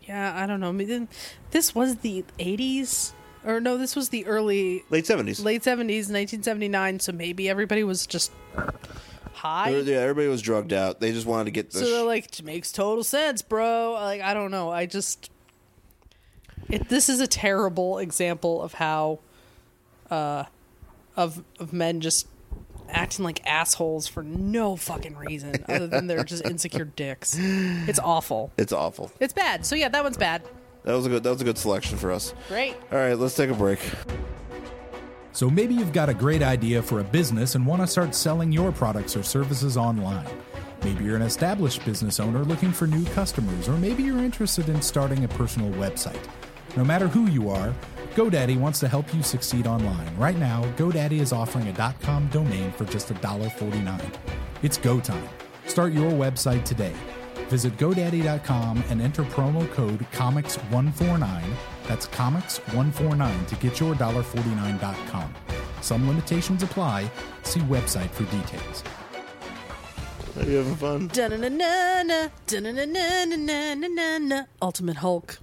Yeah, I don't know. I mean, then- this was the 80s or no, this was the early
Late seventies.
late 70s, 1979, so maybe everybody was just high.
yeah, everybody was drugged out. They just wanted to get
So they're
the.
like, "It "Makes total sense, bro." Like, I don't know. I just it, this is a terrible example of how uh of of men just acting like assholes for no fucking reason other than they're just insecure dicks. It's awful.
sh- it's awful.
It's bad. So yeah, that one's bad.
That was a good. That was a good selection for us.
Great.
All right, let's take a break.
So maybe you've got a great idea for a business and want to start selling your products or services online. Maybe you're an established business owner looking for new customers, or maybe you're interested in starting a personal website. No matter who you are, GoDaddy wants to help you succeed online. Right now, GoDaddy is offering a .com domain for just $1.49. It's go time. Start your website today. Visit GoDaddy.com and enter promo code COMICS149. That's COMICS149 to get your $1.49.com. Some limitations apply. See website for details.
Are you having fun?
Da-na-na-na-na, da-na-na-na-na-na-na-na. Ultimate Hulk.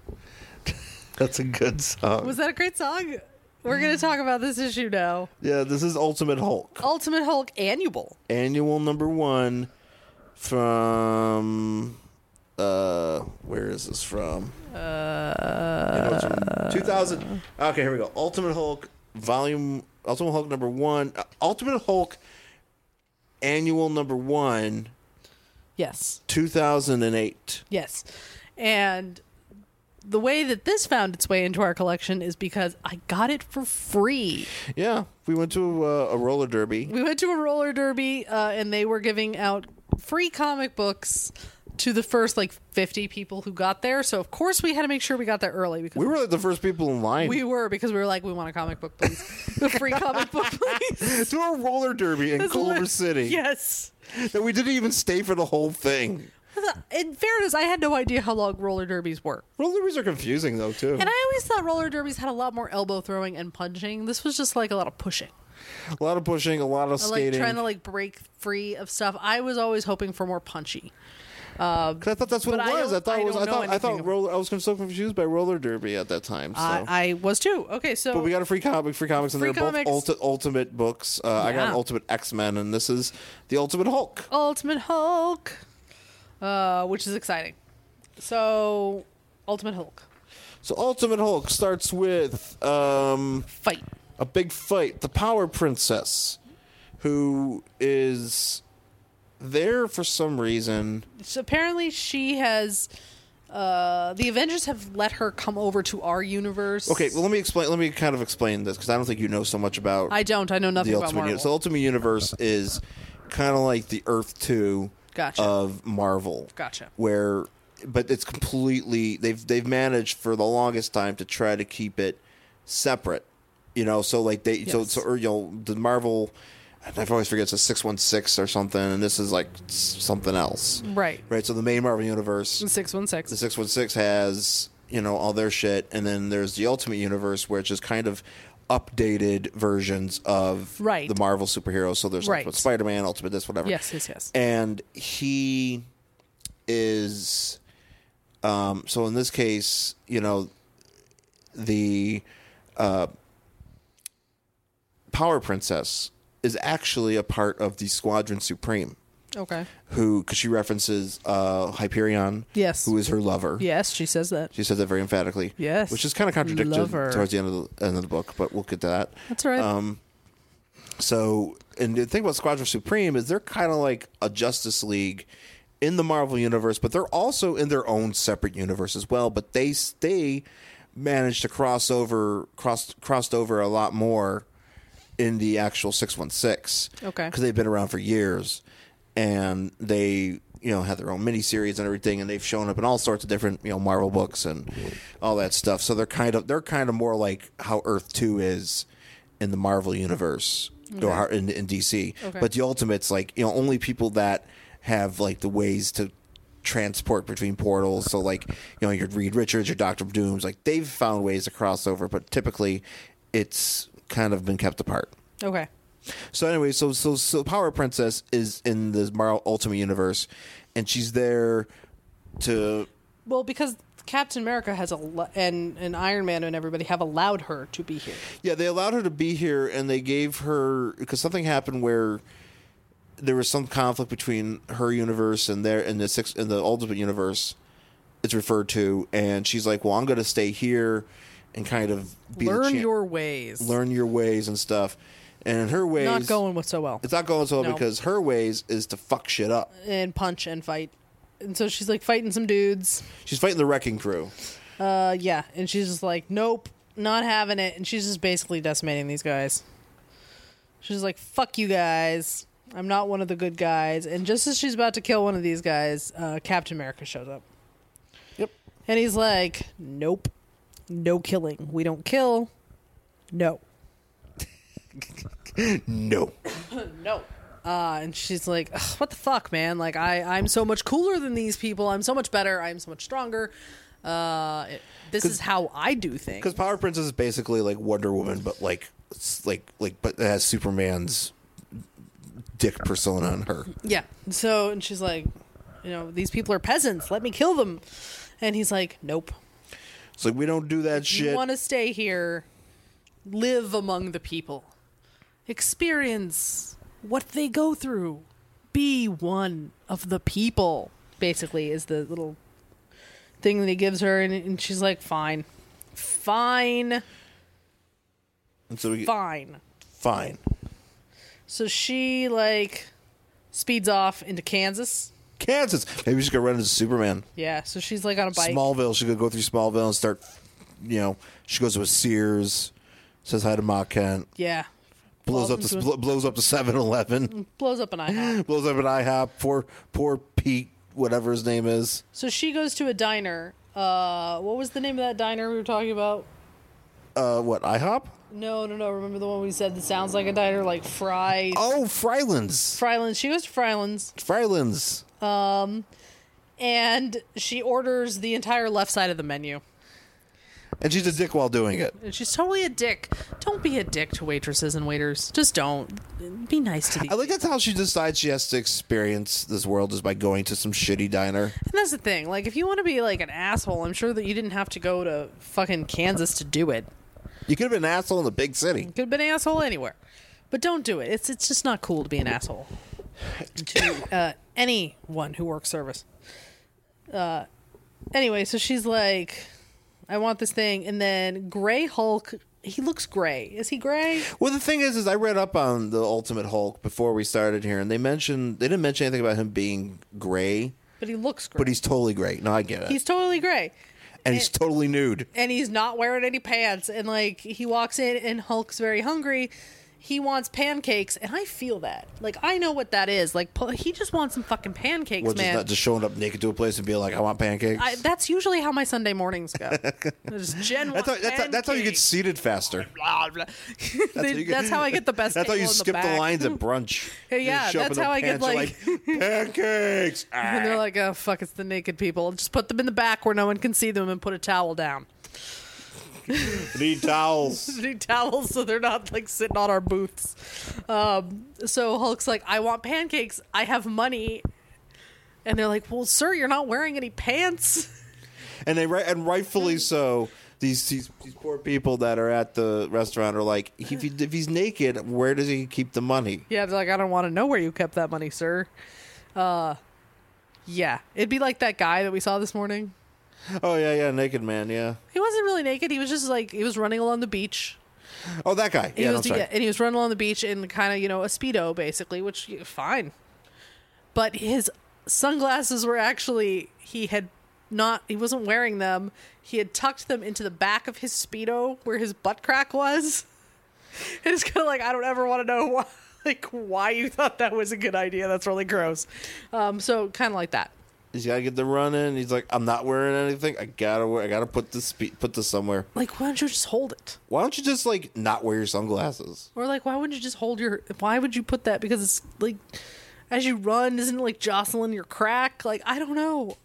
That's a good song.
Was that a great song? We're going to talk about this issue now.
yeah, this is Ultimate Hulk,
Ultimate Hulk annual.
annual number one, from. Uh, where is this from? Uh, 2000. Okay, here we go. Ultimate Hulk volume. Ultimate Hulk number one. uh, Ultimate Hulk annual number one,
Yes.
2008.
Yes. And the way that this found its way into our collection is because I got it for free.
Yeah, we went to uh, a roller derby.
We went to a roller derby uh, and they were giving out free comic books to the first like 50 people who got there. So, of course, we had to make sure we got there early because
We were like the first people in line.
We were because we were like, we want a comic book, please. A free comic book, please.
to a roller derby in
That's
Culver
lit-
City.
Yes.
That we didn't even stay for the whole thing.
in fairness, I had no idea how long roller derbies were.
Roller derbies are confusing though too.
And I always thought roller derbies had a lot more elbow throwing and punching. This was just like a lot of pushing,
a lot of pushing, a lot of
I like
skating.
trying to like break free of stuff. I was always hoping for more punchy.
'Cause I thought that's what
but
it
I
was.
don't-
I, thought
I
it was.
don't
I
know
thought I
anything
thought roller. I was so confused by roller derby at that time. So.
I, I was too. Okay, so
but we got a free comic, free comics, and
Free
they're
comics.
both ulti- ultimate books. Uh, I got
Yeah.
an ultimate X Men, and this is the Ultimate Hulk.
Ultimate Hulk, uh, which is exciting. So, Ultimate Hulk
So Ultimate Hulk starts with um,
fight.
a big fight. The Power Princess, who is there for some reason.
So apparently, she has. Uh, the Avengers have let her come over to our universe.
Okay, well let me explain. Let me kind of explain this because I don't think you know so much about
I don't. I know nothing
the
about
Ultimate
Marvel.
Universe. The Ultimate Universe is kind of like the Earth Two
Gotcha.
of Marvel.
Gotcha.
Where, but it's completely they've they've managed for the longest time to try to keep it separate. You know, so like they so
Yes.
so or, you know the Marvel. I always forget it's a six one six or something, and this is like s- something else,
Right.
right? So the main Marvel universe
Six one six.
the 616 has you know all their shit and then there's the ultimate universe which is kind of updated versions of
Right.
the marvel superheroes so there's
Right.
ultimate spider-man ultimate this whatever
Yes, yes, yes.
and he is um so in this case you know the uh power princess is actually a part of the squadron supreme
Okay.
who because she references uh hyperion
Yes.
who is her lover
Yes, she says that.
she says that very emphatically.
Yes.
Which is kind of contradicted
Lover.
towards the end of the end of the book, but we'll get to that.
That's all right.
Um, so, and the thing about Squadron Supreme is they're kind of like a Justice League in the Marvel universe, but they're also in their own separate universe as well. But they they managed to cross over crossed crossed over a lot more in the actual six one six.
Okay.
because they've been around for years, and they you know had their own miniseries and everything, and they've shown up in all sorts of different you know Marvel books and all that stuff. So they're kind of they're kind of more like how Earth Two is in the Marvel universe or how- in, in DC.
Okay.
But the Ultimates, like you know, only people that have like the ways to transport between portals. So like you know, your Reed Richards, your Doctor Dooms, like they've found ways to cross over, but typically it's kind of been kept apart.
Okay.
So anyway, so so so Power Princess is in the Marvel Ultimate Universe, and she's there to
Well, because Captain America has a and and Iron Man and everybody have allowed her to be here.
Yeah, they allowed her to be here, and they gave her because something happened where there was some conflict between her universe and their and the six and the ultimate universe. It's referred to, and she's like, "Well, I'm going to stay here and kind of be the
Learn
champ-
your ways.
learn your ways and stuff." And in her ways,
Not going with so well.
It's not going so well
No.
because her ways is to fuck shit up.
and punch and fight. And so she's like fighting some dudes.
She's fighting the wrecking crew.
Uh, yeah. And she's just like, nope, not having it. And she's just basically decimating these guys. She's like, fuck you guys. I'm not one of the good guys. And just as she's about to kill one of these guys, uh, Captain America shows up.
Yep.
And he's like, nope, no killing. We don't kill. No.
No.
No. Uh, and she's like, "Ugh, what the fuck, man? Like, I, I'm so much cooler than these people. I'm so much better. I'm so much stronger. Uh, it- this is how I do things.
Because Power Princess is basically like Wonder Woman, but like, s- like, like, but it has Superman's dick persona on her.
Yeah. So, and she's like, you know, these people are peasants. Let me kill them. And he's like, nope.
It's like we don't do that
You
shit.
want to stay here, live among the people, experience what they go through, be one of the people. Basically, is the little thing that he gives her, and, and she's like, "Fine, fine,
and so we
fine."
fine.
So she like speeds off into Kansas.
Kansas. Maybe she could run into Superman.
Yeah, so she's like on a bike.
Smallville. She could go through Smallville and start. You know, she goes to a Sears, says hi to Ma Kent,
yeah,
blows
Falls
up the
into a-
bl- blows up the Seven Eleven,
blows up an IHOP.
blows up an IHOP. Poor poor Pete, whatever his name is.
So she goes to a diner. Uh, what was the name of that diner we were talking about?
Uh, what IHOP?
No, no, no. Remember the one we said that sounds like a diner, like Fry.
Oh, Frylands.
Frylands. She goes to Frylands,
Frylands.
and she orders the entire left side of the menu.
and she's a dick while doing it.
And she's totally a dick. Don't be a dick to waitresses and waiters. Just don't. Be nice to these.
I like that's how she decides she has to experience this world is by going to some shitty diner.
and that's the thing. Like, if you want to be like an asshole, I'm sure that you didn't have to go to fucking Kansas to do it.
You could have been an asshole in the big city.
You could have been an asshole anywhere, but don't do it. It's it's just not cool to be an asshole to uh, anyone who works service. Uh, anyway, so she's like, I want this thing, and then Gray Hulk. He looks gray. Is he gray?
Well, the thing is, is I read up on the Ultimate Hulk before we started here, and they mentioned they didn't mention anything about him being gray,
But he looks gray.
but he's totally gray. No, I get it,
he's totally gray.
and he's totally nude.
and he's not wearing any pants and like he walks in and hulk's very hungry he wants pancakes and i feel that like i know what that is like pu- he just wants some fucking pancakes
Well, just
man
not just showing up naked to a place and being like, "I want pancakes."
I, that's usually how my sunday mornings go There's Jen
that's, how,
wants
that's, how, that's how you get
pancakes,
seated faster.
blah, blah. They- that's,
how you get-
how i get the best
That's how you
angle in
skip the,
back.
lines at brunch. You
yeah,
just show up
that's
in
how I
their
get,
pants, you're like pancakes. Ah,
and they're like oh fuck it's the naked people just put them in the back where no one can see them and put a towel down
Need towels.
new towels so they're not like sitting on our booths. Um, so Hulk's like, I want pancakes. I have money. And they're like, Well, sir, you're not wearing any pants.
and they ri- and rightfully
Mm.
so. These, these these poor people that are at the restaurant are like, if, he, if he's naked, where does he keep the money?
Yeah, they're like, I don't want to know where you kept that money, sir. Uh, yeah, it'd be like that guy that we saw this morning.
Oh yeah, yeah, naked man, yeah.
He wasn't really naked. He was just like he was running along the beach.
Oh, that guy.
He
yeah,
was
I'm sorry.
yeah, and he was running along the beach in kind of you know a speedo basically, which y- fine. But his sunglasses were actually he had not he wasn't wearing them. He had tucked them into the back of his speedo where his butt crack was. And it's kind of like I don't ever want to know why, like why you thought that was a good idea. That's really gross. Um, so kind of like that.
He's got to get the run in. He's like, I'm not wearing anything. I gotta wear. I gotta put this spe- put this somewhere.
Like why don't you just hold it?
Why don't you just like not wear your sunglasses?
Or like, why wouldn't you just hold your? Why would you put that? Because it's like, as you run, isn't it like jostling your crack? Like I don't know.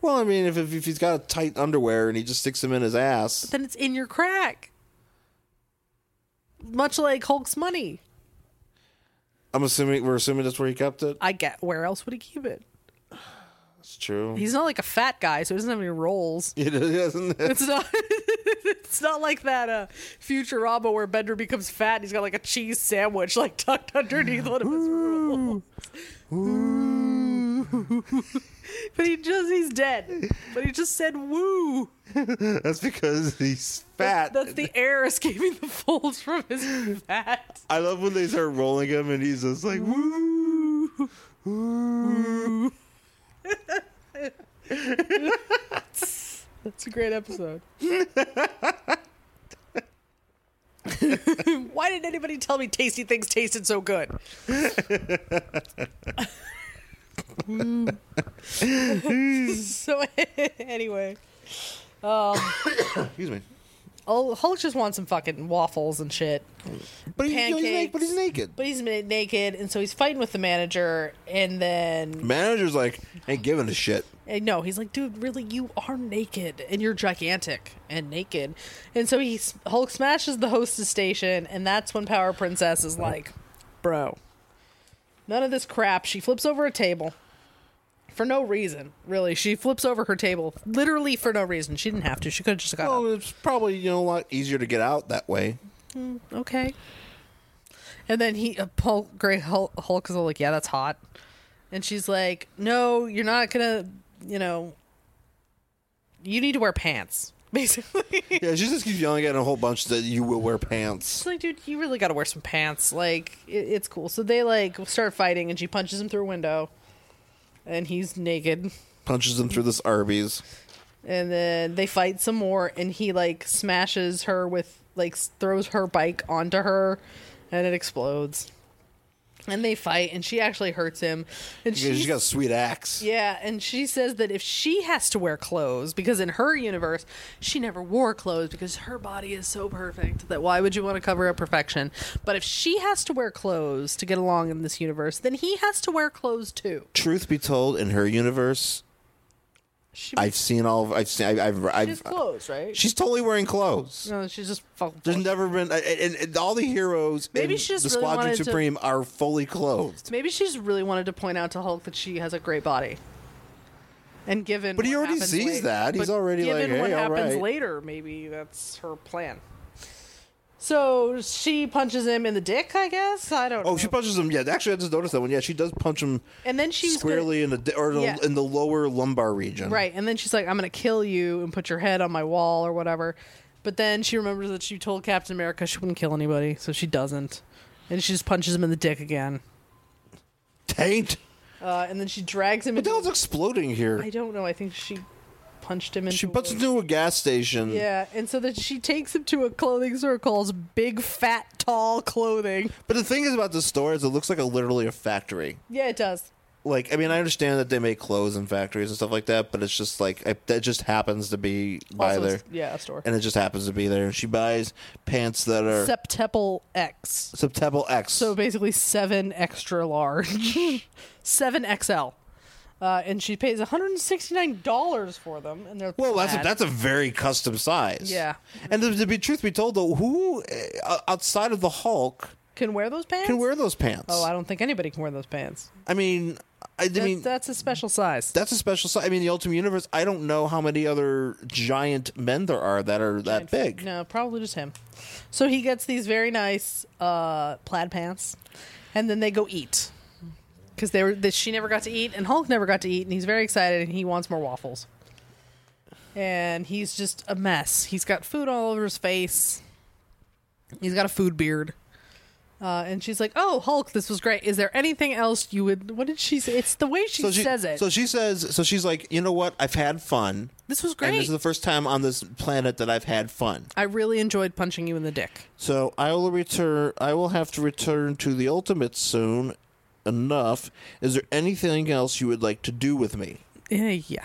Well, I mean, if if, if he's got a tight underwear and he just sticks them in his ass,
Then it's in your crack. Much like Hulk's money,
I'm assuming we're assuming that's where he kept it.
I get. Where else would he keep it?
It's true.
He's not like a fat guy, so he doesn't have any rolls.
It isn't. it?
It's not. it's not like that uh, Futurama where Bender becomes fat and he's got like a cheese sandwich like tucked underneath one of his rolls. but he just—he's dead. But he just said "woo."
That's because he's fat.
That's the air escaping the folds from his fat.
I love when they start rolling him and he's just like, woo, woo.
That's a great episode. Why didn't anybody tell me tasty things tasted so good? so anyway,
Excuse me.
oh, Hulk just wants some fucking waffles and shit.
But he's, he's
Pancakes.
naked. But he's naked.
But he's na- naked, and so he's fighting with the manager. And then
Manager's like, ain't giving a shit.
And no, he's like, dude, really, you are naked and you're gigantic and naked. And so he s- Hulk smashes the hostess station, and that's when Power Princess is like, bro, none of this crap. She flips over a table for no reason, really. She flips over her table literally for no reason. She didn't have to. She could have just got
Well, Oh, it's probably you know a lot easier to get out that way.
up. Okay. And then he, uh, Paul Gray Hulk, Hulk is all like, yeah, that's hot. And she's like, no, you're not gonna, you know, you need to wear pants, basically.
Yeah, she just keeps yelling at him a whole bunch that you will wear pants.
It's like, dude, you really got to wear some pants. Like, it, it's cool. So they like start fighting, and she punches him through a window, and he's naked.
Punches him through this Arby's.
And then they fight some more, and he like smashes her with like s- throws her bike onto her, and it explodes. And they fight, and she actually hurts him. And
Yeah,
she's-
she's got a sweet axe.
yeah, and she says that if she has to wear clothes, because in her universe, she never wore clothes because her body is so perfect that why would you want to cover up perfection? But if she has to wear clothes to get along in this universe, then he has to wear clothes too.
Truth be told, in her universe,
She,
I've seen all. Of, I've seen. I've. I've, I've
she's clothes, right?
She's totally wearing clothes.
no, she's just fucking.
There's never been, and, and, and all the heroes
Maybe
in
she just
the
really
Squadron
wanted to-
Supreme are fully clothed.
Maybe she's really wanted to point out to Hulk that she has a great body. And given,
But he
what
already
happens
sees
later-
that. He's
but
already like,
given what
"Hey, all
happens
right."
later, maybe that's her plan. So she punches him in the dick, I guess. I don't. know.
Oh, she punches him. Yeah, actually, I just noticed that one. Yeah, she does punch him
and then she's
squarely in the di- or the-
Yeah.
in the lower lumbar region.
gonna, right, and then she's like, "I'm gonna kill you and put your head on my wall or whatever." But then she remembers that she told Captain America she wouldn't kill anybody, so she doesn't, and she just punches him in the dick again.
Taint.
Uh, and then she drags him.
What the
into,
hell's exploding here?
I don't know. I think she punched him into.
She
a-
butts into a gas station.
Yeah, and so then she takes him to a clothing store called Big Fat Tall Clothing.
But the thing is about this store is it looks like a literally a factory.
Yeah, it does.
Like, I mean, I understand that they make clothes in factories and stuff like that, but it's just like it, that just happens to be by
Also,
there,
it's- yeah, a store.
and it just happens to be there. And she buys pants that are
Septeple X.
September X.
So basically seven extra large. seven XL. Uh, and she pays $169 for them, and they're
well, that's a,
plaid.
that's a very custom size.
Yeah.
And to, to be truth be told, though, who uh, outside of the Hulk
can wear those pants.
can wear those pants?
Oh, I don't think anybody can wear those pants.
I mean, I, I
That-
mean,
that's a special size.
that's a special size. I mean, the Ultimate Universe. I don't know how many other giant men there are that are that big.
No, probably just him. So he gets these very nice uh, plaid pants, and then they go eat because they were that she never got to eat, and Hulk never got to eat, and he's very excited, and he wants more waffles. And he's just a mess. He's got food all over his face. He's got a food beard. Uh, and she's like, "Oh, Hulk, this was great. Is there anything else you would? What did she say? It's the way she, says it.
So she says, so she's like, you know what? I've had fun.
this was
And
great.
this is the first time on this planet that I've had fun.
I really enjoyed punching you in the dick.
So I will return. I will have to return to the Ultimate soon. Enough. Is there anything else you would like to do with me?
Eh, yeah."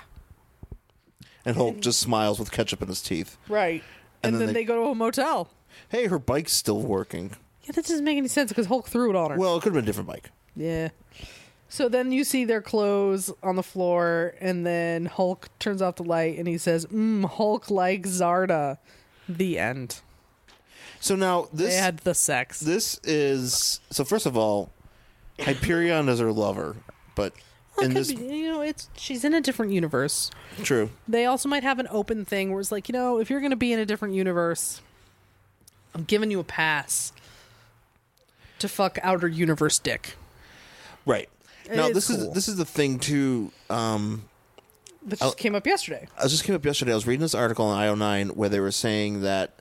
And Hulk just smiles with ketchup in his teeth.
Right. And, then, they, go to a motel.
Hey, her bike's still working.
Yeah, that doesn't make any sense because Hulk threw it on her.
Well, it could have been a different bike.
yeah. So then you see their clothes on the floor, and then Hulk turns off the light and he says, mm, Hulk like Zarda. The end.
So now this
They had the sex.
this is so. First of all, Hyperion is her lover, but
Well, it
in
could
this
be- you know, it's she's in a different universe.
true.
They also might have an open thing where it's like, you know, if you're going to be in a different universe, I'm giving you a pass to fuck outer universe dick.
Right. Now
is
this is
cool.
this is the thing too. Um,
That just came up yesterday.
I just came up yesterday. I was reading this article on IO9 where they were saying that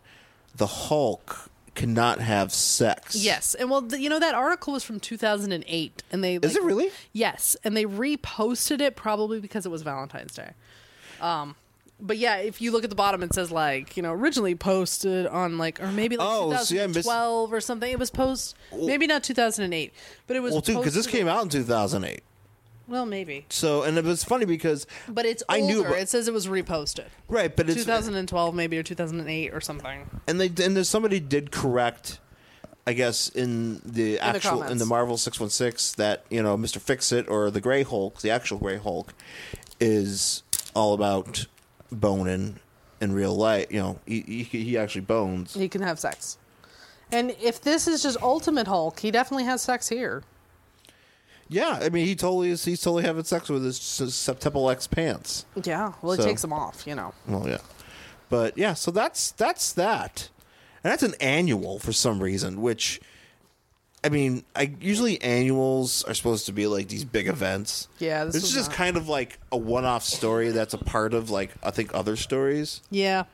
the Hulk cannot have sex.
Yes, and well, th you know that article was from 2008, and they
Is
like,
it really?
Yes, and they reposted it probably because it was Valentine's Day. Um, but yeah, if you look at the bottom, it says like you know originally posted on like or maybe like
Oh, so yeah, I missed-
2012 or something. It was post maybe not 2008, but it was
Well, too, because this
posted-
came out in 2008.
Well, maybe,
So, and it was funny because
but it's
I
older.
knew about-
it says it was reposted
right, but it's
2012 maybe or 2008 or something.
and they and there's somebody did correct i guess in the actual in
comments.
the marvel 616 that you know mr fix it or the gray hulk the actual gray hulk is all about boning in real life you know he, he, he actually bones
He can have sex, and if this is just Ultimate Hulk, he definitely has sex here.
yeah i mean he totally is he's totally having sex with his s- septemple x pants
Yeah, well,
So-
it takes them off, you know.
well yeah but yeah so that's that's that and that's an annual for some reason which i mean i usually annuals are supposed to be like these big events
Yeah, this
this,
was
is just
not-
kind of like a one-off story that's a part of like i think other stories
Yeah,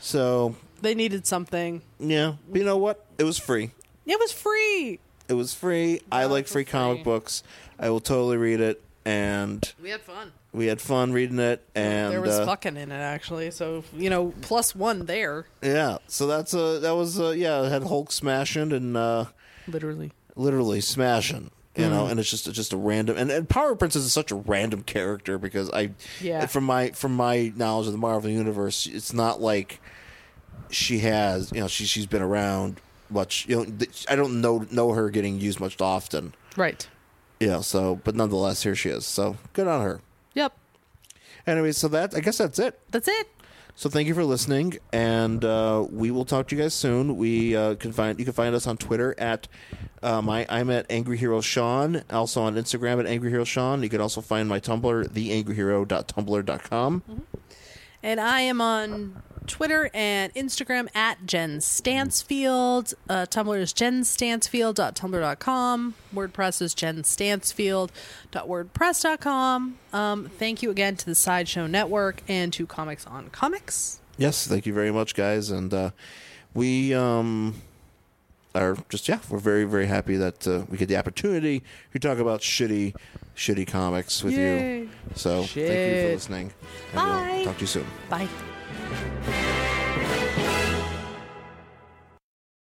so
they needed something.
yeah but you know what it was free
It was free.
it was free i like free comic books i will totally read it and
We had fun.
we had fun reading it and
there was
uh,
fucking in it actually, so you know, plus one there,
yeah so that's uh that was uh yeah it had hulk smashing and uh
literally.
literally smashing you know and it's just it's just a random and, and power princess is such a random character because i
Yeah.
from my from my knowledge of the marvel universe it's not like she has you know she, she's been around much you know th- i don't know know her getting used much often
Right.
you know so but nonetheless here she is so good on her
Yep.
Anyway, so that I guess that's it.
That's it.
So thank you for listening, and uh, we will talk to you guys soon. We uh, can find you can find us on Twitter at um, I, I'm at Angry Hero Sean. Also on Instagram at Angry Hero Sean. You can also find my Tumblr theangryhero.tumblr.com.
Mm-hmm. And I am on Twitter and Instagram at Jen Stansfield. Uh, Tumblr is jenstansfield.tumblr.com. WordPress is jenstansfield.wordpress.com. Um, thank you again to the Sideshow Network and to Comics on Comics.
Yes, thank you very much, guys, and uh, we um, are just yeah, we're very very happy that uh, we get the opportunity to talk about shitty shitty comics with
Yay.
you. So thank you for
Shit.
listening. And
Bye.
We'll talk to you soon.
Bye.